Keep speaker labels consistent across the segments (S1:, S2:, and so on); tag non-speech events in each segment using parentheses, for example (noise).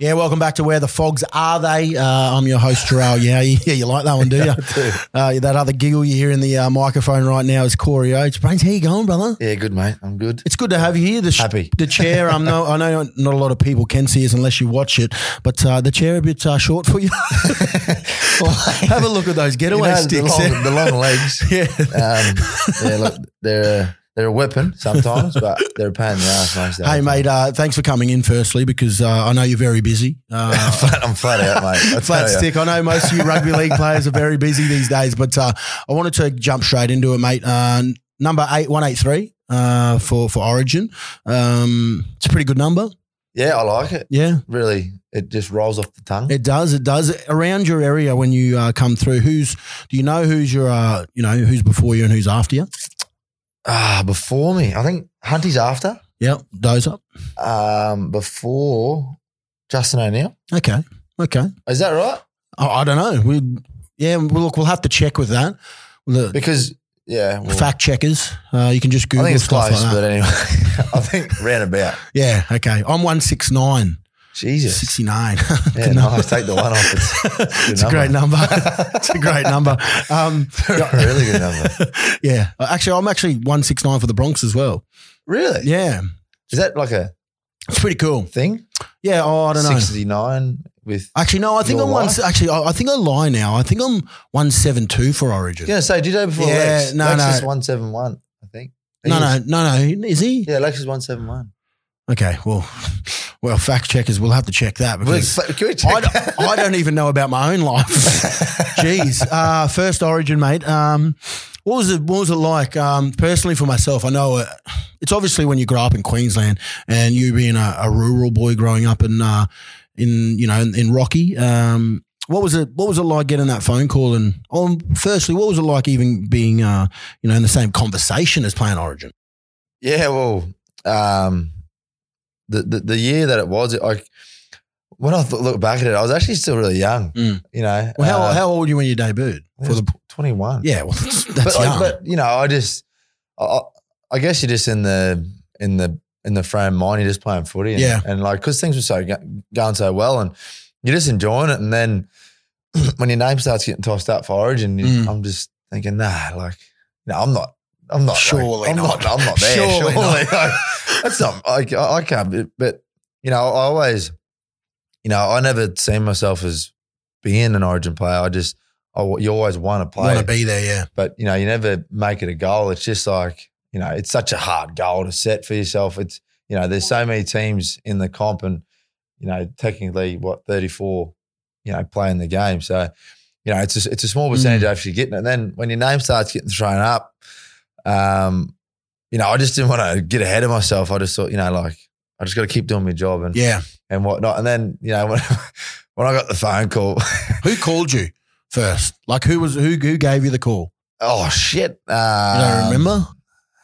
S1: Yeah, welcome back to Where the Fogs Are They. Uh, I'm your host, Jarrell. Yeah, (laughs) you, yeah, you like that one, do you? Uh, that other giggle you hear in the uh, microphone right now is Corey Oates. Brains, how you going, brother?
S2: Yeah, good mate. I'm good.
S1: It's good to have you here. The sh-
S2: Happy.
S1: The chair, um, no, I know not a lot of people can see us unless you watch it, but uh, the chair a bit uh, short for
S2: (laughs)
S1: you. have a look at those
S2: You
S1: getaway
S2: know,
S1: sticks.
S2: The long, the long legs.
S1: (laughs) yeah.
S2: Um, yeah, look, they're a, they're a weapon
S1: (laughs)
S2: sometimes, but they're a pain in the ass most of the
S1: Hey,
S2: time.
S1: mate, uh, thanks for coming in firstly because uh, I know you're very busy. Uh,
S2: Flat, (laughs) I'm flat
S1: (laughs)
S2: out, mate. I
S1: flat
S2: tell ya.
S1: stick. I know most of you rugby league players are very busy these days, but uh, I wanted to jump straight into it, mate. Uh, number eight one eight three uh, for for Origin. Um, it's a pretty good number.
S2: Yeah, I like it.
S1: Yeah,
S2: Really, it just rolls off the tongue.
S1: it does. It does. Around your area when you uh, come through, who's do you know who's your uh, you know who's before you and who's after you?
S2: Ah, before me, I think Hunty's after.
S1: Yep, Dozer.
S2: Um, before Justin O'Neill.
S1: Okay, okay.
S2: Is that right?
S1: I, I don't know. We yeah. Well, look, we'll have to check with that. The
S2: Because yeah, well,
S1: fact checkers. Uh, you can just
S2: I
S1: Google
S2: think it's
S1: stuff
S2: close,
S1: like that.
S2: but anyway, (laughs) I think roundabout.
S1: Yeah. Okay. I'm one six nine. (laughs)
S2: Jesus,
S1: 69.
S2: (laughs) yeah,
S1: Good number.
S2: nice. Take the one
S1: (laughs)
S2: off. It's,
S1: it's,
S2: it's
S1: a
S2: a
S1: great
S2: good
S1: number.
S2: (laughs)
S1: it's a great number. Um,
S2: a really good number.
S1: (laughs) yeah. Uh, Actually, I'm actually 169 for the Bronx as well.
S2: Really?
S1: Yeah.
S2: Is that like a
S1: It's pretty cool.
S2: thing?
S1: Yeah. Oh, I don't know.
S2: 69 with. I
S1: Actually, no, I think
S2: Your
S1: I'm one,
S2: life?
S1: actually, I, I think I lie now. I think I'm 172 for Origin.
S2: was going to say, did I before
S1: Yeah,
S2: Lex?
S1: no,
S2: Lex
S1: no.
S2: is 171, I think. He
S1: No, no,
S2: is.
S1: no, no. Is he?
S2: Yeah, Lex is 171.
S1: Okay. Well, (laughs) well, fact checkers, we'll have to check that
S2: Wait,
S1: because
S2: fa- Can we
S1: I,
S2: check
S1: d-
S2: that?
S1: I don't even know about my own life. Jeez, uh, first Origin, mate. Um, what was it? What was it like? Um, personally, for myself, I know uh, it's obviously when you grow up in Queensland and you being a, a rural boy growing up in uh, in you know in, in Rocky. Um, what was it? What was it like getting that phone call? And um, firstly, what was it like even being uh, you know in the same conversation as playing Origin?
S2: (laughs) Yeah, well, um, the, the, the year that it was, it, like, when I th- look back at it, I was actually still really young,
S1: Mm.
S2: you know.
S1: Well, how,
S2: uh,
S1: how old were you when you debuted?
S2: I think
S1: For
S2: I was
S1: the,
S2: 21.
S1: yeah, well, (laughs) that's
S2: but, like,
S1: young.
S2: but, you know, I just, I- I, I guess you're just in the, in the, in the frame of mind, you're just playing footy. And,
S1: Yeah.
S2: And like, cause things were so go- going so well and you're just enjoying it. And then (clears throat) when your name starts getting tossed up for origin, you-
S1: Mm.
S2: I'm just thinking, nah, like, no, I'm not, I'm not, like-
S1: Surely
S2: I'm not. I'm not there.
S1: Surely
S2: oh, Surely.
S1: not.
S2: (laughs) Like,
S1: (laughs)
S2: that's not, like, I, I can't, be- but you know, I always, you know, I never seen myself as being an origin player. I just, I, you always want to play
S1: want to be there? Yeah,
S2: but you know you never make it a goal it's just like you know it's such a hard goal to set for yourself it's you know there's so many teams in the comp and you know technically what 34 you know playing the game so you know it's a, it's a
S1: Hmm.
S2: small percentage of actually getting it and then when your name starts getting thrown up um you know I just didn't want to get ahead of myself I just thought you know like I just got to keep doing my job and
S1: yeah.
S2: and whatnot and then you know (laughs) when, when I got the phone call (laughs)
S1: Who called you first? Like who was who? Who gave you the call?
S2: oh shit uh,
S1: You don't remember?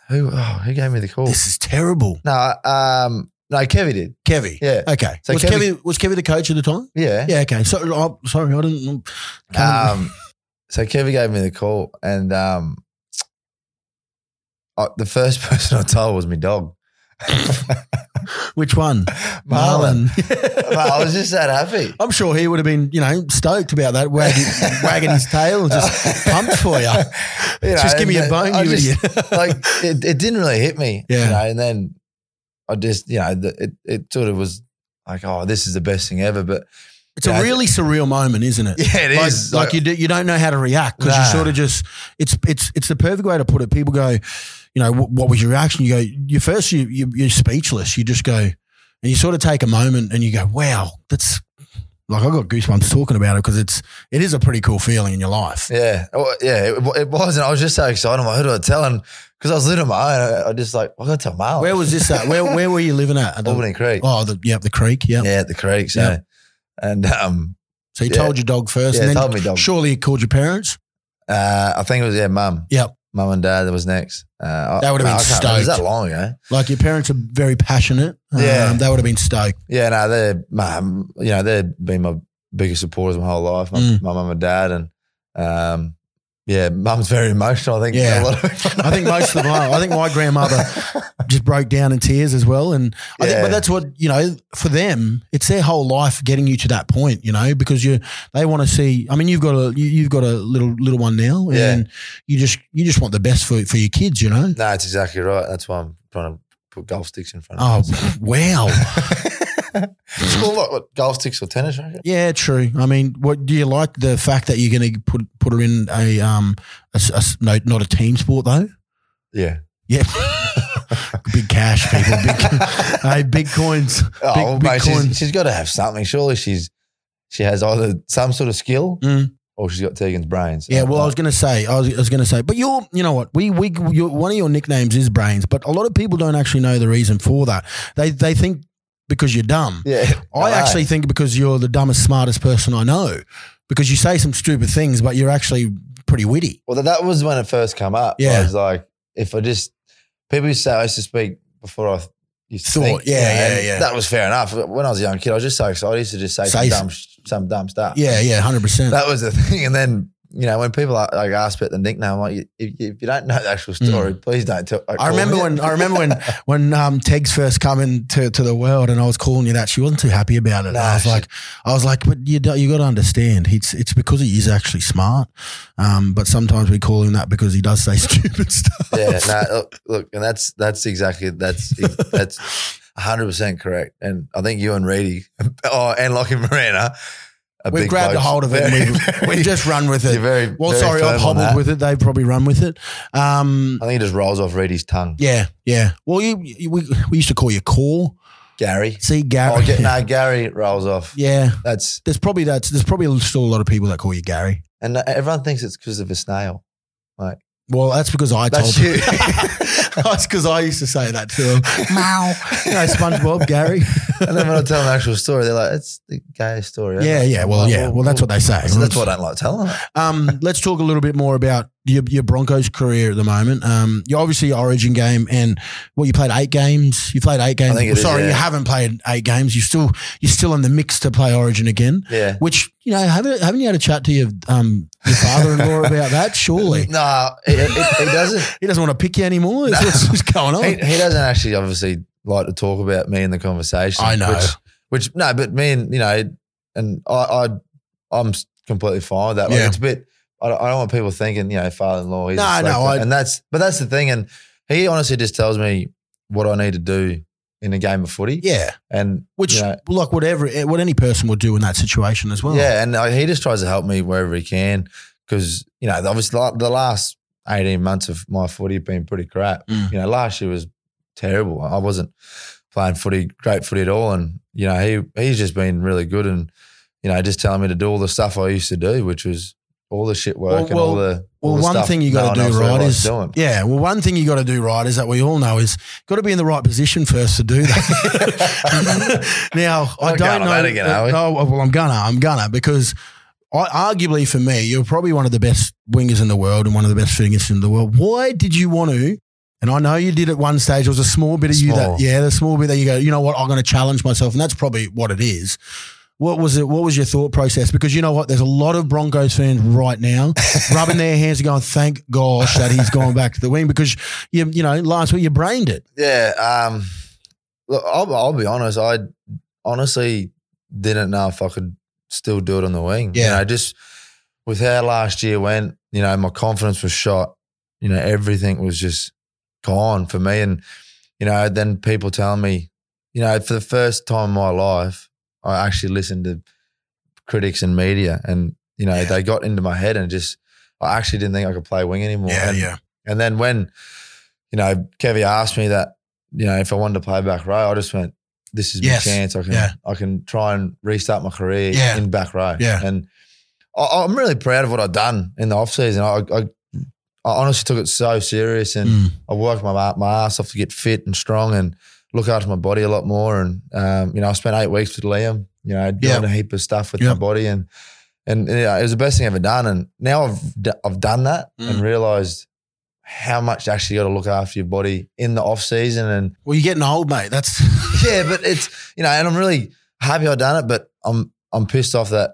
S2: who oh, who gave me the call
S1: This is terrible.
S2: No, um, no, Kevy did.
S1: Kevy.
S2: Yeah.
S1: Okay.
S2: So
S1: was Kevy,
S2: Kevy-
S1: was Kevy the coach at the time?
S2: Yeah.
S1: Yeah. Okay. So oh, sorry, I didn't. can't-
S2: Um, so Kevy gave me the call, and um, I, the first (laughs) person I told was my dog,
S1: which one?
S2: (laughs) Marlon. Mate, I
S1: Marlon.
S2: was just that happy.
S1: I'm sure he would have been, you know, stoked about that,
S2: (laughs)
S1: wagging, wagging his tail and just pumped for you.
S2: You know,
S1: just give me
S2: and
S1: a bone,
S2: I
S1: you
S2: just-
S1: idiot.
S2: (laughs) like it, it didn't really hit me.
S1: Yeah.
S2: You know, and then I just, you know, the, it it sort of was like, oh, this is the best thing ever. But
S1: it's a
S2: yeah,
S1: really surreal moment, isn't it?
S2: yeah, it is
S1: like, like you do, you don't know how to react because you
S2: Nah.
S1: sort of just it's it's it's the perfect way to put it. People go, you know, what, what was your reaction? You go, you first you, you you're speechless. You just go, and you sort of take a moment and you go, wow, that's like I got goosebumps talking about it because it's it is a pretty cool feeling in your life.
S2: Yeah, Well, yeah, it, it was, and I was just so excited. I'm like, who do I tell? And because I was little, my own, I, I just like, I got to tell Marlon.
S1: Where was this at? Where where were you living at? At the-
S2: (laughs) Albany Creek?
S1: oh, the, yeah, the creek. Yeah.
S2: yeah, at the creek. So,
S1: Yeah.
S2: and um,
S1: So you
S2: Yeah.
S1: told your dog first,
S2: yeah,
S1: and then
S2: told me dog.
S1: surely you called your parents.
S2: Uh, I think it was yeah, mum.
S1: Yep.
S2: mum and dad. That was next. Uh, I-
S1: That would've
S2: no,
S1: been
S2: I can't remember. It was
S1: stoked.
S2: that long ago?
S1: Like your parents are very passionate.
S2: Yeah.
S1: um, they would have been stoked.
S2: Yeah, no, they're mum. You know, they've been my biggest supporters my whole life. My,
S1: Mm.
S2: my mum and dad, and um, yeah, mum's very emotional. I think
S1: Yeah. (laughs)
S2: a lot of people (laughs)
S1: I think most of the I think my grandmother just broke down in tears as well. And I think,
S2: Yeah.
S1: but that's what you know for them. It's their whole life getting you to that point, you know, because you they want to see. I mean, you've got a you, you've got a little little one now,
S2: Yeah.
S1: and you just you just want the best for for your kids, you know.
S2: No, that's exactly right. That's why I'm trying to put golf sticks in front
S1: Oh
S2: of us.
S1: wow, Mm-hmm.
S2: it's called like what, golf sticks or tennis racket?
S1: yeah, true. I mean, what do you like the fact that you're going to put put her in a um a s- a s- no not a team sport though?
S2: (laughs) Yeah.
S1: Yeah, big cash people, big, (laughs) hey, big coins.
S2: (laughs) Oh,
S1: Big-
S2: well,
S1: big
S2: mate,
S1: coin.
S2: she's, she's got to have something. Surely she's she has either some sort of skill
S1: Mm.
S2: or she's got Tegan's brains.
S1: Yeah, well, I
S2: (laughs)
S1: was going to say, I was, I was going to say, but you're, you know what, we, we, your one of your nicknames is brains, but a lot of people don't actually know the reason for that. They, they think because you're dumb.
S2: yeah,
S1: I
S2: know.
S1: actually think because you're the dumbest, smartest person I know, because you say some stupid things, but you're actually pretty witty.
S2: Well, that- that was when it first came up.
S1: Yeah.
S2: I was like, if I just people used to say I used to speak before I used to
S1: Thought,
S2: think,
S1: yeah,
S2: you know,
S1: yeah,
S2: and
S1: yeah.
S2: That was fair enough. When I was a young kid, I was just so excited. I used to just say
S1: Say
S2: some dumb, sh- some dumb stuff.
S1: Yeah, yeah, hundred percent.
S2: (laughs) that was the thing. And then you know when people are, like ask about the nickname, I'm like if, if you don't know the actual story, please don't tell.
S1: Hmm.
S2: uh,
S1: I remember when I remember when when um, Tegs first come into to the world, and I was calling you that. She wasn't too happy about it.
S2: Nah,
S1: I was
S2: she-
S1: like, I was like, but you do, you got to understand, it's it's because he is actually smart. Um, but sometimes we call him that because he does say (laughs) stupid stuff.
S2: (laughs) yeah, no, look, look, and that's that's exactly that's
S1: (laughs)
S2: that's hundred percent correct. And I think you and Reedy, (laughs) oh, and Lockie Morena, are
S1: (laughs) we've
S2: big
S1: grabbed a
S2: blokes.
S1: hold of it.
S2: Very,
S1: and
S2: (laughs)
S1: We've,
S2: very-
S1: we've just run with
S2: you're
S1: it.
S2: very
S1: Well,
S2: very
S1: sorry, I've
S2: firm
S1: hobbled
S2: on that.
S1: with it. They've probably run with it. Um,
S2: I think it just rolls off Reedy's tongue.
S1: yeah, yeah. Well, you, you we, we used to call you Core.
S2: Gary.
S1: See, Gary. (laughs)
S2: Oh, get, no, Gary rolls off.
S1: Yeah,
S2: That's
S1: there's probably that's there's probably still a lot of people that call you Gary.
S2: and uh, everyone thinks it's because of a snail.
S1: Well, that's because I
S2: That's
S1: told
S2: you.
S1: (laughs) That's because I used to say that to him. Wow. You know, SpongeBob, Gary.
S2: and then when I tell them the actual story, they're like, "It's the gayest story." ever."
S1: Yeah, yeah. Well, yeah. Oh, Well, that's what they say.
S2: So that's why I don't like
S1: (laughs)
S2: telling it.
S1: Um, let's talk a little bit more about your, your Broncos career at the moment. Um, you obviously your Origin game and well, you played eight games. You played eight games.
S2: think it
S1: Well,
S2: is,
S1: sorry,
S2: yeah.
S1: you haven't played eight games. You still you're still in the mix to play Origin again.
S2: Yeah.
S1: Which you know, haven't haven't you had a chat to your um your father-in-law about that?
S2: (laughs)
S1: Surely
S2: No, he, he, he doesn't.
S1: he doesn't want to pick you anymore. That's
S2: No.
S1: what's, what's going on.
S2: He, he doesn't actually, obviously, like to talk about me in the conversation.
S1: I know.
S2: Which, which no, but me and you know, and I, I I'm s- completely fine with that. Like,
S1: Yeah.
S2: It's a bit. I don't, I don't want people thinking, you know, father-in-law. He's
S1: No,
S2: a
S1: no,
S2: slacker.
S1: I-
S2: and that's but that's the thing. And he honestly just tells me what I need to do in a game of footy.
S1: yeah.
S2: And
S1: Which,
S2: you know,
S1: like, whatever, eh, what any person would do in that situation as well.
S2: Yeah, and uh, he just tries to help me wherever he can because you know, obviously, like, the last eighteen months of my footy have been pretty crap.
S1: Mm.
S2: You know, last year was terrible. I wasn't playing footy, great footy at all, and you know, he he's just been really good and you know, just telling me to do all the stuff I used to do, which was all the shit work
S1: Well,
S2: and all the all
S1: Well,
S2: the
S1: one
S2: stuff
S1: thing you
S2: no
S1: got
S2: one
S1: to
S2: else
S1: do right
S2: realised
S1: is,
S2: doing.
S1: yeah. Well, one thing you got to do right is that we all know is got to be in the right position first to do (laughs)
S2: (laughs)
S1: that. now, I
S2: We're
S1: don't
S2: going on
S1: know.
S2: that again, are we?
S1: no, well, I'm gonna, I'm gonna, because I, arguably for me, you're probably one of the best wingers in the world and one of the best fingers in the world. Why did you want to? And I know you did at one stage. It was a small bit of you
S2: Small.
S1: that, yeah, the small bit that you go, you know what, I'm going to challenge myself, and that's probably what it is. What was it? What was your thought process? Because you know what, there's a lot of Broncos fans right now
S2: (laughs)
S1: rubbing their hands and going, "Thank gosh that he's gone back to the wing." Because you, you know, last week you brained it.
S2: Yeah. Um, look, I'll, I'll be honest. I honestly didn't know if I could still do it on the wing. You
S1: Yeah.
S2: know, just with how last year went, you know, my confidence was shot. You know, everything was just gone for me. And, you know, then people telling me, you know, for the first time in my life, I actually listened to critics and media and, you know, they got into my head and just, I actually didn't think I could play wing anymore. And- and then when, you know, Kevy asked me that, you know, if I wanted to play back row, I just went, this is
S1: Yes.
S2: my chance. I can
S1: Yeah.
S2: I can try and restart my career
S1: Yeah.
S2: in back row.
S1: Yeah.
S2: And I, I'm really proud of what I've done in the off season. I, I, I honestly took it so serious and
S1: Mm.
S2: I worked my my ass off to get fit and strong and look after my body a lot more. And um, you know, I spent eight weeks with Liam. You know, doing
S1: Yeah.
S2: a heap of stuff with
S1: Yeah.
S2: my body, and and you know, it was the best thing I've ever done. And now I've d- I've done that
S1: Mm.
S2: and realized how much actually you got to look after your body in the off season. And (laughs)
S1: Well, you're getting old, mate. That's
S2: yeah, but it's you know, and I'm really happy I've done it, but I'm I'm pissed off that.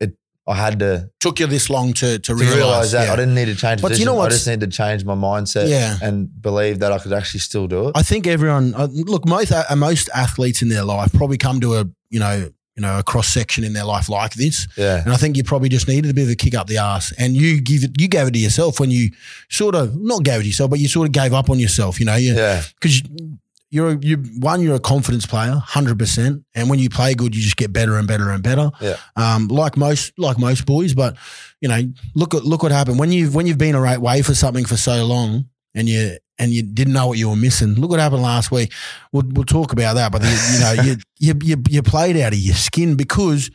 S2: it I had to,
S1: Took you this long to, to,
S2: to
S1: realize,
S2: realize, that
S1: yeah.
S2: I didn't need to change.
S1: But do
S2: Position.
S1: you know
S2: I
S1: what's-
S2: just need to change my mindset
S1: Yeah.
S2: and believe that I could actually still do it.
S1: I think everyone uh, look most uh, most athletes in their life probably come to a you know you know a cross section in their life like this,
S2: yeah,
S1: and I think you probably just needed a bit of a kick up the ass, and you give it you gave it to yourself when you sort of not gave it to yourself, but you sort of gave up on yourself, you know, you
S2: yeah,
S1: because you're a- you one you're a confidence player, hundred percent, and when you play good, you just get better and better and better.
S2: Yeah.
S1: Um, like most like most boys, but you know, look at look what happened when you have when you've been a right way for something for so long, and you and you didn't know what you were missing. Look what happened last week. We'll we'll talk about that, but you, you know, you, you you you played out of your skin because.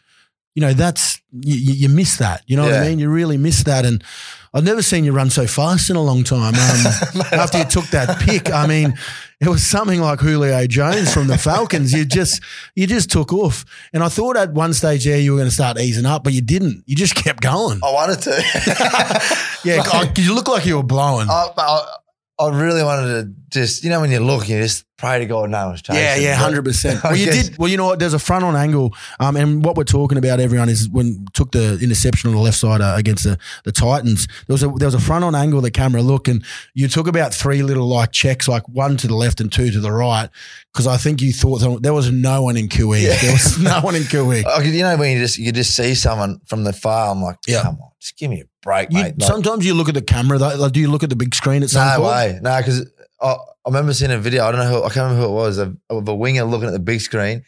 S1: You know that's you, you you miss that. You know what I
S2: Yeah.
S1: mean. You really miss that, and I've never seen you run so fast in a long time. Um, after you took that pick. I mean, it was something like Julio Jones from the Falcons. You just you just took off. And I thought at one stage there you were going to start easing up, but you didn't. You just kept going.
S2: I wanted to.
S1: (laughs)
S2: (laughs)
S1: yeah, I- you look like you were blowing.
S2: I, but I, I really wanted to just, you know, when you look, you just pray to God no one's chasing.
S1: Yeah, yeah,
S2: But
S1: hundred percent. Well,
S2: (laughs) I
S1: you
S2: guess-
S1: did. Well, you know what? There's a front on angle, um, and what we're talking about, everyone is when took the interception on the left side uh, against the, the Titans. There was a there was a front on angle of the camera look, and you took about three little like checks, like one to the left and two to the right, because I think you thought there- there was no one in QE.
S2: Yeah.
S1: There was (laughs) no one in
S2: (laughs)
S1: QE.
S2: I could, you know, when you just you just see someone from the far, I'm like,
S1: Yeah.
S2: come on, just give me a break,
S1: You,
S2: mate. Like,
S1: sometimes you look at the camera. Though, like, do you look at the big screen at some
S2: no
S1: point?
S2: way, no, because I, I remember seeing a video. I don't know who, I can't remember who it was of, of a winger looking at the big screen,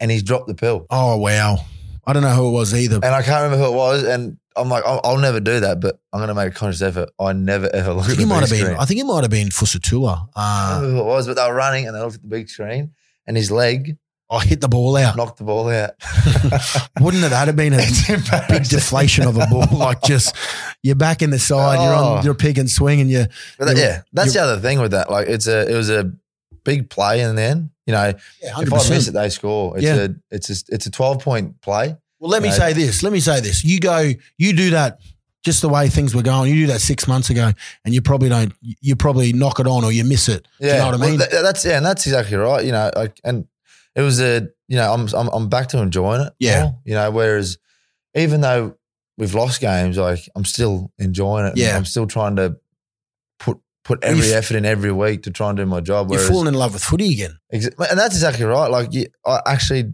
S2: and he's dropped the pill,
S1: Oh wow! I don't know who it was either.
S2: and I can't remember who it was, and. I'm like, I'll, I'll never do that, but I'm going to make a conscious effort. I never ever look
S1: I
S2: at
S1: think
S2: the
S1: it
S2: big
S1: might have been.
S2: screen.
S1: I think it might have been Fusatua.
S2: I don't
S1: Uh,
S2: remember who it was, but they were running and they looked at the big screen, and his leg
S1: I hit the ball out.
S2: knocked the ball out. (laughs)
S1: Wouldn't it that have been a
S2: it's
S1: big
S2: embarrassing.
S1: deflation of a
S2: (laughs)
S1: ball? Like just you're back in the side, you're on
S2: Oh.
S1: your pig and swing, and you
S2: But that-
S1: You-
S2: yeah, that's
S1: you-
S2: the other thing with that. Like it's a it was a big play in the end. You know,
S1: yeah,
S2: if I miss it, they score. It's
S1: Yeah.
S2: a it's a, it's a twelve point play.
S1: Well, let me
S2: Right.
S1: say this. Let me say this. You go, you do that. Just the way things were going, you do that six months ago, and you probably don't. You probably knock it on, or you miss it.
S2: Yeah,
S1: you know what I mean?
S2: Well, tha- that's yeah, and that's exactly right. You know, like and it was a you know I'm I'm, I'm back to enjoying it.
S1: Yeah.
S2: now, you know, whereas even though we've lost games, like I'm still enjoying it.
S1: Yeah.
S2: I'm still trying to put put every
S1: f-
S2: effort in every week to try and do my job.
S1: You're
S2: whereas-
S1: falling in love with footy again.
S2: Ex- and that's exactly right. Like you, I actually,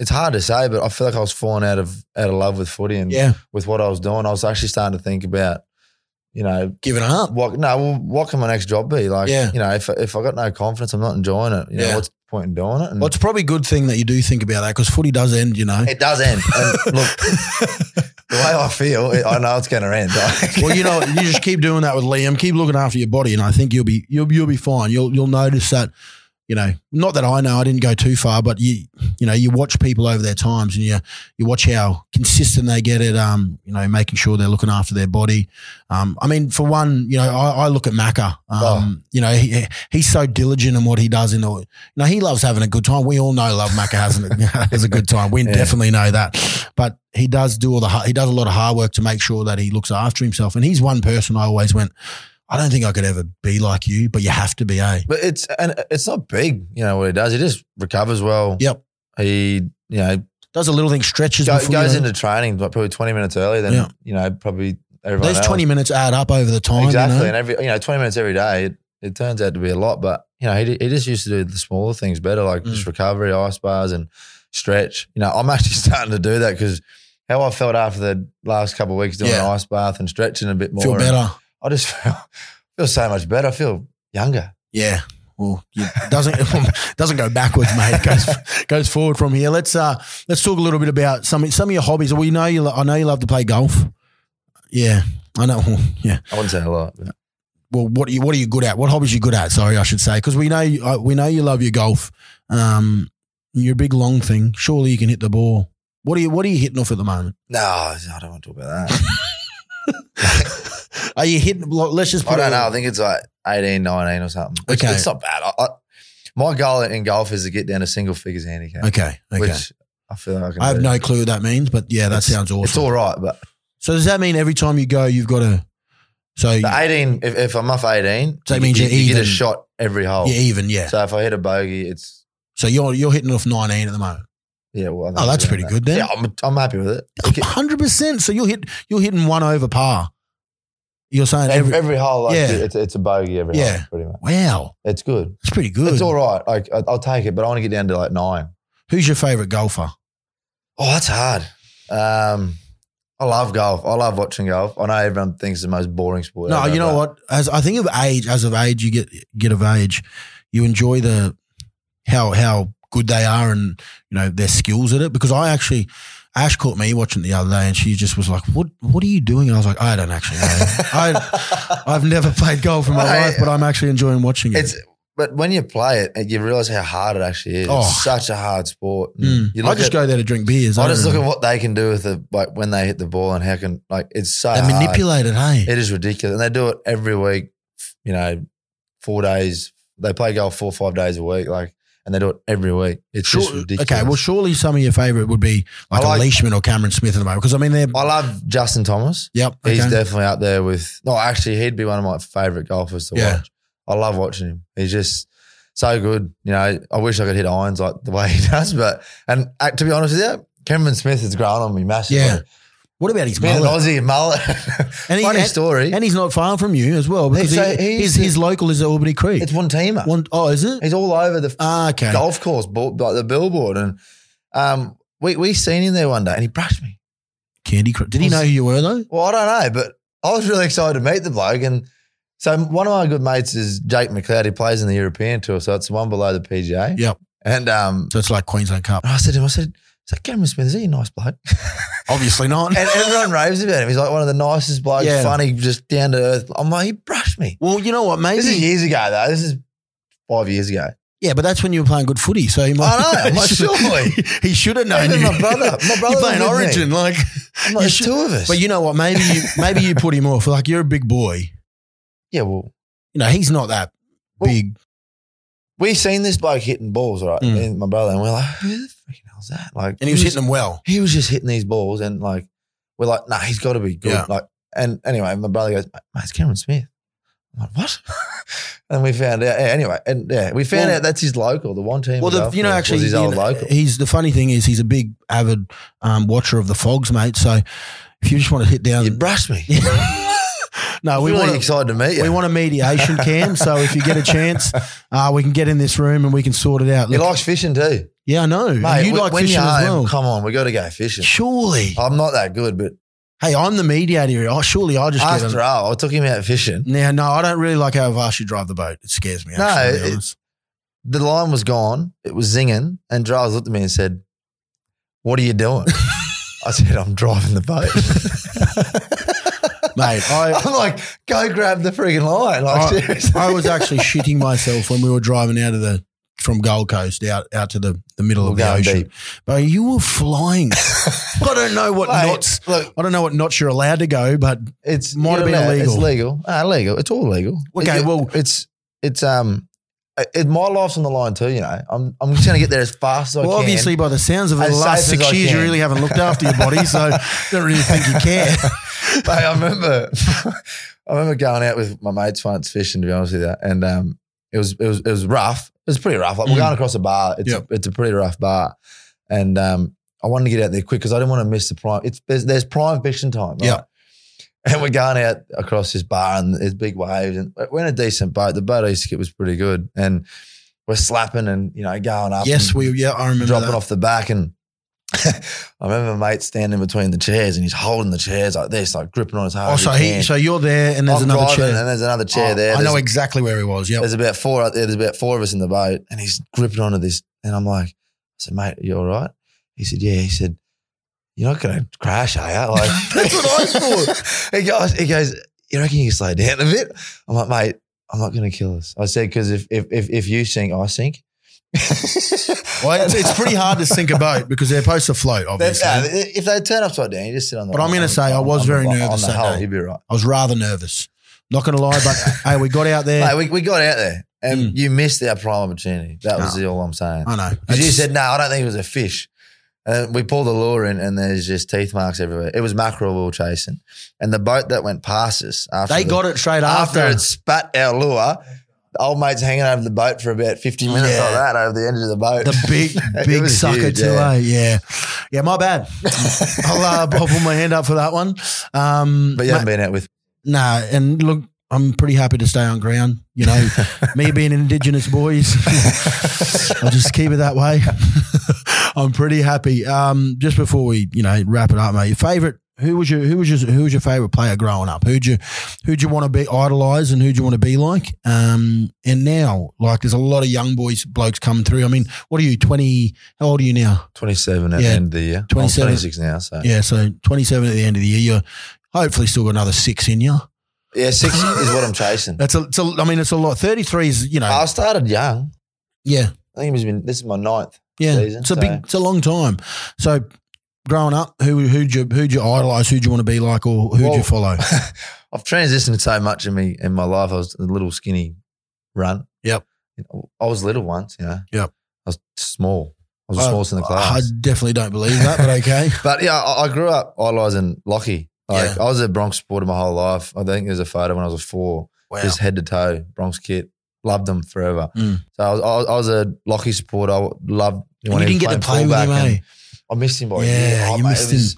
S2: it's hard to say, but I feel like I was falling out of out of love with footy and
S1: Yeah,
S2: with what I was doing. I was actually starting to think about, you know,
S1: giving up.
S2: what no, well, what can my next job be? Like,
S1: Yeah.
S2: you know, if if I got no confidence, I'm not enjoying it. You
S1: Yeah.
S2: know, what's the point in doing it? And
S1: Well, it's probably a good thing that you do think about that because footy does end. You know.
S2: it does end.
S1: (laughs)
S2: And look, the way I feel, it, I know it's going to end. (laughs) Like,
S1: Well, you know, you just keep doing that with Liam. Keep looking after your body, and I think you'll be you'll you'll be fine. You'll you'll notice that. You know, not that I know, I didn't go too far, but you you know, you watch people over their times, and you you watch how consistent they get at um you know making sure they're looking after their body. Um, I mean, for one, you know, I, I look at Macca. Um, you know, he he's so diligent in what he does. In the you know, he loves having a good time. We all know love Macca
S2: (laughs)
S1: has a, has a good time. We
S2: Yeah.
S1: definitely know that but he does do all the har- he does a lot of hard work to make sure that he looks after himself. And he's one person I always went, I don't think I could ever be like you, but you have to be, eh?
S2: But it's and it's not big. You know what he does? He just recovers well.
S1: Yep.
S2: He you know
S1: Does a little thing stretches.
S2: Go,
S1: before you
S2: goes
S1: know-
S2: into training like, probably 20 minutes earlier than,
S1: Yeah.
S2: you know, probably everyone
S1: those
S2: else.
S1: twenty minutes add up over the time.
S2: Exactly.
S1: You know?
S2: And every, you know, 20 minutes every day, it, it turns out to be a lot, but, you know, he, he just used to do the smaller things better, like
S1: Mm.
S2: just recovery, ice bars, and stretch. You know, I'm (laughs) actually starting to do that because how I felt after the last couple of weeks doing
S1: Yeah.
S2: ice bath and stretching a bit more.
S1: Feel
S2: and
S1: better.
S2: I just (laughs) feel, feel so much better. I feel younger.
S1: Yeah. Well, you- it doesn't (laughs) it doesn't go backwards, mate. It goes goes (laughs) forward from here. Let's uh let's talk a little bit about some some of your hobbies. We know you. lo- I know you love to play golf. Yeah, I know. (laughs) Yeah,
S2: I wouldn't say a lot. but-
S1: well, what are you what are you good at? What hobbies are you good at? Sorry, I should say because we know you, I- we know you love your golf. Um, you're a big long thing. Surely you can hit the ball. What are you What are you hitting off at the moment?
S2: No, I don't want to talk about that.
S1: Are you hitting? like, Let's just. Put
S2: I don't
S1: it-
S2: know. I think it's like 18, 19 or something. Which
S1: Okay.
S2: It's not bad. I, I, my goal in golf is to get down to single figures handicap,
S1: Okay, okay.
S2: which I feel like I can
S1: I have
S2: do.
S1: no clue what that means, but yeah, that
S2: It's-
S1: sounds awesome.
S2: It's all right, but
S1: so does that mean every time you go, you've got to? So you,
S2: the 18, if, if I'm off 18,
S1: So it means you're
S2: you get
S1: even.
S2: a shot every hole.
S1: you're even, yeah. So,
S2: So if I hit a bogey, it's,
S1: you're you're hitting off 19 at the moment.
S2: Yeah, well, I think
S1: Oh, that's
S2: we're
S1: pretty
S2: around
S1: good
S2: that.
S1: then.
S2: Yeah, I'm, I'm happy with it. Like,
S1: Hundred percent. So you're hit. You're hitting one over par. You're saying
S2: every,
S1: every,
S2: every hole, like,
S1: Yeah.
S2: it's, it's a bogey every
S1: Yeah.
S2: hole, pretty much.
S1: wow.
S2: It's good.
S1: That's pretty good.
S2: It's all right. Like I- I'll take it, but I want to get down to like nine.
S1: Who's your favorite golfer?
S2: Oh, that's hard. Um, I love golf. I love watching golf. I know everyone thinks it's the most boring sport.
S1: no,
S2: ever,
S1: you know
S2: but
S1: what? As I think of age, as of age, you get get of age, you enjoy the how how good they are and you know their skills at it. Because I actually, Ash caught me watching the other day, and she just was like, "What what are you doing?" And I was like, "I don't actually know.
S2: (laughs)
S1: I I've never played golf in my
S2: I-
S1: life, but I'm actually enjoying watching it."
S2: it's but when you play it, you realize how hard it actually is.
S1: Oh.
S2: It's such a hard sport.
S1: Mm.
S2: You
S1: I
S2: look
S1: just
S2: at-
S1: go there to drink beers.
S2: I just
S1: don't
S2: look at
S1: know.
S2: what they can do with it, like when they hit the ball and how can like it's so
S1: they
S2: hard.
S1: manipulate it. Hey,
S2: It is ridiculous, and they do it every week. You know, four days. They play golf four or five days a week, like, and they do it every week. It's
S1: Sure-
S2: just ridiculous.
S1: Okay, well, surely some of your favorite would be like,
S2: I like-
S1: a Leishman or Cameron Smith at the moment because I mean they're
S2: I love Justin Thomas.
S1: yep.
S2: He's
S1: okay.
S2: definitely up there with. No, actually, he'd be one of my favorite golfers to
S1: Yeah.
S2: watch. I love watching him. He's just so good. You know, I wish I could hit irons like the way he (laughs) does, but and uh, to be honest with you, Cameron Smith has grown on me massively.
S1: Yeah. What about his
S2: Being an
S1: mullet?
S2: Aussie mullet. (laughs)
S1: And he-
S2: Funny
S1: and-
S2: story.
S1: And he's not far from you as well because
S2: So
S1: he,
S2: he's-
S1: his, his local is Albany Creek.
S2: it's one teamer.
S1: One, oh, is it?
S2: He's all over the
S1: Ah, okay.
S2: golf course, bo- like the billboard, and um, we we seen him there one day, and he brushed me.
S1: Candy Crush. Did he
S2: Was-
S1: know who you were though?
S2: Well, I don't know, but I was really excited to meet the bloke, and so one of my good mates is Jake McLeod. He plays in the European Tour, so it's the one below the PGA.
S1: Yep.
S2: And um,
S1: So it's like Queensland
S2: (laughs)
S1: Cup.
S2: I said to him, I said, "Is that Cameron Smith? Is he a nice bloke?" (laughs)
S1: Obviously not.
S2: and everyone raves about him. He's like one of the nicest blokes,
S1: Yeah.
S2: funny, just down to earth. I'm like, he brushed me.
S1: well, you know what? Maybe
S2: This is years ago, though. This is five years ago.
S1: yeah, but that's when you were playing good footy. So (laughs) he might.
S2: I know. I'm like, surely.
S1: (laughs) he should have known
S2: Even
S1: you.
S2: my brother, my brother,
S1: (laughs) You're
S2: was
S1: playing
S2: with me.
S1: Origin, like.
S2: I'm like,
S1: You
S2: there's
S1: should-
S2: two of us.
S1: But you know what? Maybe you maybe you put him off. Like you're a big boy.
S2: yeah, well,
S1: You know he's not that
S2: Well,
S1: big.
S2: we seen this bloke hitting balls, right?
S1: Mm.
S2: Me and my brother, and we're like, who the freaking hell's that? Like,
S1: And he was hitting them well.
S2: He was just hitting these balls, and like, we're like, nah, he's got to be good.
S1: Yeah.
S2: Like, and anyway, my brother goes, mate, it's Cameron Smith. I'm like, what? (laughs) and we found out. Yeah, anyway, and yeah, we found
S1: Well-
S2: out that's his local, the one team.
S1: Well, the,
S2: golf
S1: you know,
S2: course
S1: actually,
S2: was his
S1: you
S2: old
S1: know,
S2: local.
S1: he's the funny thing is he's a big avid um, watcher of the Fogs, mate. So if you just want to hit down,
S2: you brushed
S1: (laughs)
S2: me.
S1: no,
S2: I'm
S1: Uh, we
S2: really
S1: want to,
S2: excited to meet you.
S1: we want a mediation cam. so if you get a
S2: (laughs)
S1: chance, uh, we can get in this room and we can sort it out.
S2: he
S1: Look-
S2: likes fishing too,
S1: yeah, I know. And
S2: mate.
S1: you
S2: wh-
S1: like
S2: when
S1: fishing
S2: you're
S1: as
S2: home,
S1: well.
S2: Come on, we got to go
S1: (laughs)
S2: fishing.
S1: Surely,
S2: I'm not that good, but
S1: hey, I'm the mediator. here. Oh, surely I just get
S2: after
S1: it.
S2: all, I took him out fishing.
S1: Now, no, I don't really like how fast you drive the boat. It scares me.
S2: No,
S1: Actually, to be
S2: it-
S1: honest.
S2: the line was gone. It was zinging. And Giles looked at me and said, What are
S1: (laughs)
S2: you doing? I said, I'm driving the boat.
S1: mate, I,
S2: (laughs) I'm like, Go grab the friggin' line. Like,
S1: I-
S2: seriously.
S1: I was actually shitting myself when we were driving out of the from Gold Coast out out to the, the middle
S2: We're
S1: of the
S2: going
S1: ocean.
S2: deep.
S1: But you were
S2: (laughs)
S1: flying. I don't know what
S2: Mate,
S1: knots.
S2: Look,
S1: I don't know what knots you're allowed to go, but
S2: it's
S1: Might have
S2: you're
S1: been
S2: allowed-
S1: illegal.
S2: It's legal. Ah, legal. It's all legal.
S1: Okay,
S2: It-
S1: well-
S2: it's it's um, it, my life's on the line too. You know, I'm I'm just gonna get there as fast as I
S1: well,
S2: can.
S1: obviously by the sounds of it,
S2: As
S1: the last
S2: safe as
S1: six
S2: I
S1: years you
S2: can.
S1: really haven't looked after your body,
S2: (laughs)
S1: so don't really think you care.
S2: Mate,
S1: (laughs)
S2: I remember, I remember going out with my mates once fishing. To be honest with you, and um, it was it was it was rough. It was pretty rough. Like we're
S1: Mm.
S2: going across a bar. It's
S1: Yep.
S2: a, it's a pretty rough bar, and um, I wanted to get out there quick because I didn't want to miss the prime. It's there's, there's prime fishing time. Right?
S1: Yep.
S2: And we're going out across this bar and there's big waves and we're in a decent boat. The boat I used to get was pretty good and we're slapping and you know going up.
S1: yes,
S2: and-
S1: we yeah, I remember
S2: dropping
S1: that.
S2: off the back and (laughs) I remember my mate standing between the chairs and he's holding the chairs like this, like gripping on his heart.
S1: Oh, so he, so you're there, and there's another chair.
S2: And there's another chair
S1: Oh,
S2: there.
S1: I
S2: There's-
S1: know exactly where he was. Yeah,
S2: there's about four out there. There's about four of us in the boat, and he's gripping onto this. And I'm like, I said, mate, you all right? He said, yeah. He said, you're not going to crash, are you? Like,
S1: (laughs) That's what I
S2: thought. (laughs) he goes, he goes, you reckon you can slow down a bit? I'm like, mate, I'm not going to kill us. I said, because if, if if if you sink, I sink. (laughs)
S1: well, it's, it's pretty hard to sink a boat because they're supposed to float.
S2: That's,
S1: Obviously,
S2: uh, if they turn upside down, you just sit on the.
S1: But I'm gonna
S2: on-
S1: say I
S2: on-
S1: was
S2: on the-
S1: very
S2: on
S1: nervous
S2: the
S1: that
S2: hull,
S1: day.
S2: You'd be right.
S1: I was rather nervous. Not going to lie, but hey, we got out there.
S2: (laughs) Mate, we, we got out there and
S1: Mm.
S2: you missed our prime opportunity. That was
S1: No.
S2: the all I'm saying.
S1: I know.
S2: Because you
S1: It's-
S2: said no, I don't think it was a fish. And we pulled the lure in, and there's just teeth marks everywhere. It was mackerel we were chasing, and the boat that went past us after
S1: they
S2: the-
S1: got it straight
S2: after
S1: after.
S2: it spat our lure. The old mate's hanging over the boat for about 50 minutes
S1: Yeah.
S2: like that over the edge of the boat.
S1: The big,
S2: (laughs) It
S1: big
S2: was
S1: sucker
S2: huge,
S1: too,
S2: yeah.
S1: eh? Yeah. Yeah, my
S2: (laughs)
S1: bad. I'll, uh, I'll put my hand up for that one. Um,
S2: But you haven't been
S1: (laughs)
S2: out with
S1: Nah, and look, I'm pretty happy to stay on ground. You
S2: (laughs)
S1: know, me being an Indigenous boys, I'll just keep it that way. (laughs) I'm pretty happy. Um, just before we, you know, wrap it up, mate. Your favorite? Who was your who was your who was your favorite player growing up? Who'd you who'd you want to be idolized and who'd you want to be like? Um, and now, like, there's a lot of young boys blokes coming through. I mean, what are you? Twenty? How old are you now?
S2: 27 at
S1: Yeah.
S2: the end of the year.
S1: 27.
S2: I'm 26 now, so.
S1: Yeah, so 27 at the end of the year. You're hopefully still got another six in you.
S2: Yeah, six is what I'm chasing.
S1: (laughs) That's a, it's a. I mean, it's a lot. Thirty three is you know.
S2: I started young.
S1: yeah,
S2: I think it's been, this is my ninth.
S1: yeah.
S2: season,
S1: it's a
S2: so-
S1: big. It's a long time. So, growing up, who who'd you who'd you idolize? Who'd you want to be like, or who'd you
S2: Well-
S1: follow?
S2: (laughs) I've transitioned so much in me in my life. I was a little skinny run.
S1: Yep.
S2: You know, I was little once, you know.
S1: Yep. Oh,
S2: I was small. I was the smallest in the
S1: I
S2: class.
S1: definitely don't believe that, but
S2: (laughs)
S1: okay.
S2: But yeah, I, I grew up idolizing Lockie. Like I was a Bronx supporter my whole life. I think there's a photo when I was four,
S1: Wow.
S2: just head to toe Bronx kit. Loved them forever.
S1: Mm.
S2: So I was, I was, I was a Lockie supporter. I loved
S1: And you didn't get to play with him, eh?
S2: I missed him
S1: Yeah,
S2: by a year. I,
S1: you
S2: mate, it
S1: missed
S2: was-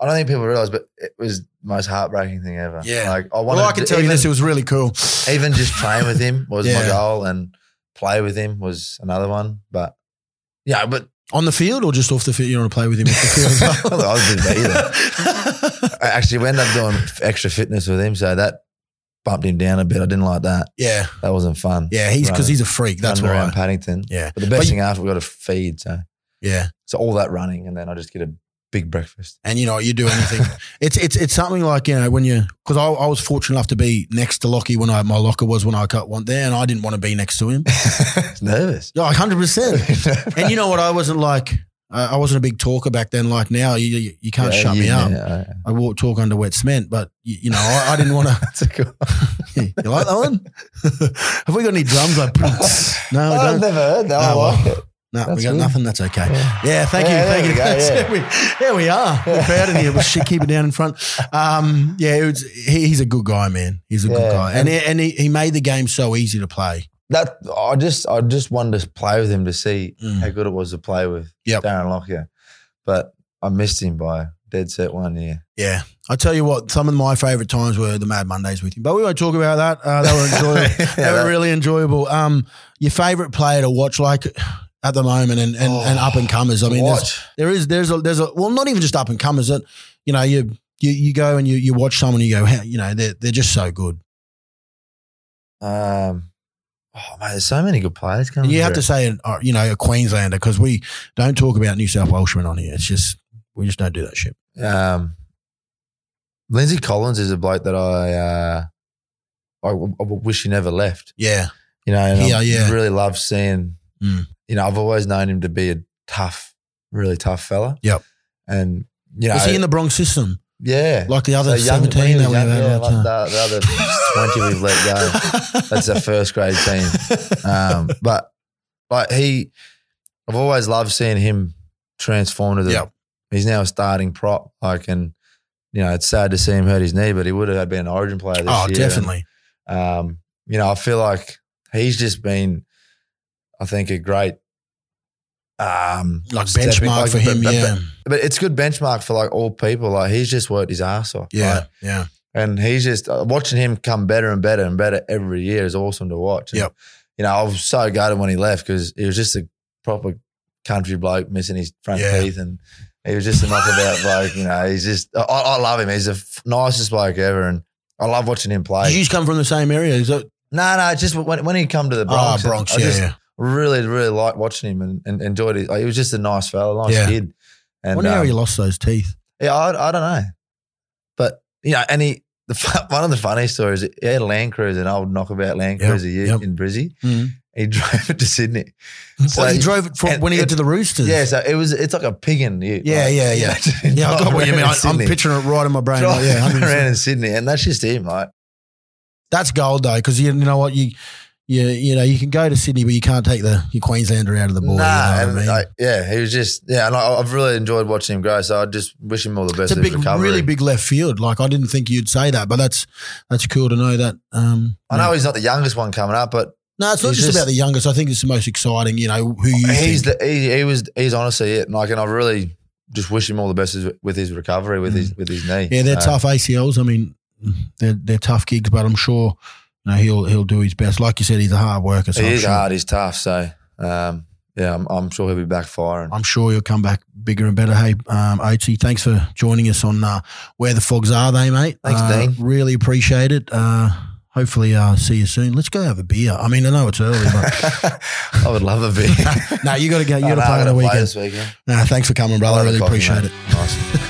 S2: I don't think people realize, but it was the most heartbreaking thing ever.
S1: Yeah.
S2: like I wanted.
S1: Well, I can
S2: to
S1: tell you
S2: even,
S1: this: it was really cool.
S2: even just train with him
S1: (laughs)
S2: was
S1: Yeah.
S2: my goal, and play with him was another one. But yeah, but
S1: on the field or just off the field. You want to play with him off the field? As
S2: (laughs)
S1: well?
S2: I was with either. I actually we ended up doing f- extra fitness with him, so that bumped him down a bit. I didn't like that.
S1: (laughs) yeah,
S2: That wasn't fun.
S1: yeah. He's because
S2: Running-
S1: he's a freak. That's
S2: running around
S1: why.
S2: Paddington.
S1: Yeah,
S2: But the
S1: But
S2: best
S1: you-
S2: thing after we got a feed, so
S1: yeah.
S2: so all that running, and then I just get a
S1: (laughs)
S2: big breakfast.
S1: and you know you do
S2: (laughs)
S1: anything. it's it's it's something like you know when you because I, I was fortunate enough to be next to Lockie when I my locker was when I cut one there, and I didn't want to be next to him.
S2: Nervous.
S1: Yeah, hundred
S2: (laughs)
S1: percent. And
S2: and
S1: you know what? I wasn't like I I wasn't a big talker back then. Like now, you you, you can't shut me up. I walk talk under wet cement, but you, you know I, I didn't want to.
S2: (laughs) That's
S1: (laughs)
S2: a cool.
S1: You like that one?
S2: (laughs)
S1: Have we got any drums? Like (laughs) no, we
S2: I've
S1: don't.
S2: never heard that.
S1: No,
S2: I like it.
S1: No, we
S2: that's
S1: got
S2: good.
S1: nothing. That's okay.
S2: Yeah.
S1: Yeah, thank
S2: Yeah,
S1: you, thank
S2: there we
S1: you.
S2: go,
S1: That's
S2: yeah.
S1: it. We- (laughs) There we are. We're proud of you. But shit, keep it down in front. Um, yeah, it was, he, he's a good guy, man. He's a
S2: Yeah,
S1: good guy, and he, and he, he made the game so easy to play.
S2: That I just I just wanted to play with him to see
S1: Mm.
S2: how good it was to play with
S1: Yep.
S2: Darren Lockyer, but I missed him by dead set one
S1: (laughs)
S2: year.
S1: Yeah, I tell you what, some of my favorite times were the Mad Mondays with him, but we won't talk about that. Uh, they were
S2: (laughs)
S1: enjoyable.
S2: Yeah,
S1: they were
S2: that-
S1: really enjoyable. Um, your favorite player to watch, like at the moment, and and, and
S2: Oh,
S1: up and comers. I mean, there's-
S2: watch.
S1: there is there's a there's a well not even just up and comers that you know you you you go and you you watch someone and you go "How-" you know they're they're just so good.
S2: Um, oh mate, there's so many good players coming.
S1: And you have to
S2: through.
S1: say, an, uh, you know, a Queenslander because we don't talk about New South Welshmen on here. It's just we just don't do that shit.
S2: Um, Lindsay Collins is a bloke that I uh, I, w- I wish he never left.
S1: Yeah,
S2: You know, and
S1: Yeah,
S2: I
S1: yeah.
S2: really love seeing.
S1: Mm.
S2: You know, I've always known him to be a tough, really tough fella.
S1: Yep.
S2: And you know,
S1: was he in the Bronx system
S2: yeah,
S1: like the other
S2: So young- when
S1: seventeen
S2: he
S1: that
S2: was
S1: we
S2: young,
S1: had?
S2: yeah,
S1: all the time?
S2: like the, the other twenty we've let
S1: (laughs)
S2: go. That's our first grade team. Um, but like he, I've always loved seeing him transform to the.
S1: Yep.
S2: He's now a starting prop. Like, and you know, it's sad to see him hurt his knee, but he would have been an Origin player this
S1: oh,
S2: year.
S1: definitely.
S2: And, um, you know, I feel like he's just been, I think, a great. Um,
S1: Like
S2: stepping-
S1: benchmark
S2: like,
S1: for
S2: but-
S1: him.
S2: but-
S1: yeah,
S2: but, but it's good benchmark for like all people. Like he's just worked his ass off.
S1: yeah,
S2: Like,
S1: yeah.
S2: and he's just uh, watching him come better and better and better every year is awesome to watch. And,
S1: Yep.
S2: You know, I was so gutted when he left because he was just a proper country bloke missing his front
S1: Yeah.
S2: teeth and he was just a knockabout bloke. You know, he's just, I, I love him. He's the f- nicest bloke ever. And I love watching him play.
S1: Did you just come from the same area? Is that
S2: no, no, just when, when he come to the
S1: Bronx?
S2: Bronx,
S1: Oh, Bronx
S2: I
S1: yeah,
S2: just
S1: yeah.
S2: really, really liked watching him and, and enjoyed it. Like, he was just a nice fella, nice
S1: Yeah.
S2: kid. And
S1: Wonder how
S2: um,
S1: he lost those teeth.
S2: yeah, I, I don't know, but you know, and he the fu- (laughs) one of the funny stories. He had a Land Cruiser, an old knockabout Land
S1: Yep,
S2: Cruiser year
S1: yep.
S2: in Brizzy.
S1: Mhm.
S2: He (laughs) drove it to Sydney. Hmm. So-
S1: Well, he drove it from
S2: and
S1: when he
S2: it-
S1: got to the Roosters.
S2: Yeah, so it was. It's like a piggin. you-
S1: Yeah,
S2: like,
S1: yeah, yeah.
S2: (laughs) imagine
S1: yeah. I got what you mean.
S2: driving (laughs) around
S1: I, I'm
S2: Sydney.
S1: picturing it right in my brain. Like,
S2: Driving (laughs)
S1: yeah, 100%.
S2: around in Sydney, and that's just him, right?
S1: That's gold though, because you, you know what you, you you know you can go to Sydney, but you can't take the your Queenslander out of the ball.
S2: nah,
S1: you know what I
S2: and
S1: mean?
S2: like, yeah, he was just yeah, and I, I've really enjoyed watching him grow. So I just wish him all the
S1: it's
S2: best.
S1: a
S2: with
S1: big,
S2: his recovery.
S1: really big left field. Like I didn't think you'd say that, but that's that's cool to know that. Um,
S2: I know he's not the youngest one coming up, but
S1: No, it's not
S2: He's
S1: just,
S2: just-
S1: about the youngest. I think it's the most exciting. You know who you.
S2: he's
S1: think.
S2: the he, he was he's honestly it. And, Like, and I really just wish him all the best with- with his recovery with his with his knee.
S1: Mm. yeah, they're
S2: Uh,
S1: tough ACLs. I mean, they're they're tough gigs, but I'm sure you know, he'll he'll do his best. Like you said, he's a hard worker. So
S2: He
S1: I'm
S2: is
S1: sure,
S2: hard. He's tough. So um, yeah, I'm, I'm sure he'll be back firing. (laughs)
S1: I'm sure he'll come back bigger and better. Hey, um, Ochi, thanks for joining us on uh, where the fogs are. They mate.
S2: Thanks,
S1: Uh,
S2: Dean.
S1: Really appreciate it. Uh, hopefully, uh, see you soon. Let's go have a beer. I mean, I know it's early,
S2: (laughs)
S1: but
S2: I would love a bit.
S1: no, (laughs) you got to go. You
S2: I
S1: got to
S2: know, I
S1: play on
S2: gotta
S1: the
S2: play
S1: weekend.
S2: this weekend.
S1: Nah, Uh, thanks for coming, brother. I
S2: Eleven
S1: really
S2: o'clock,
S1: appreciate
S2: mate.
S1: it.
S2: Nice.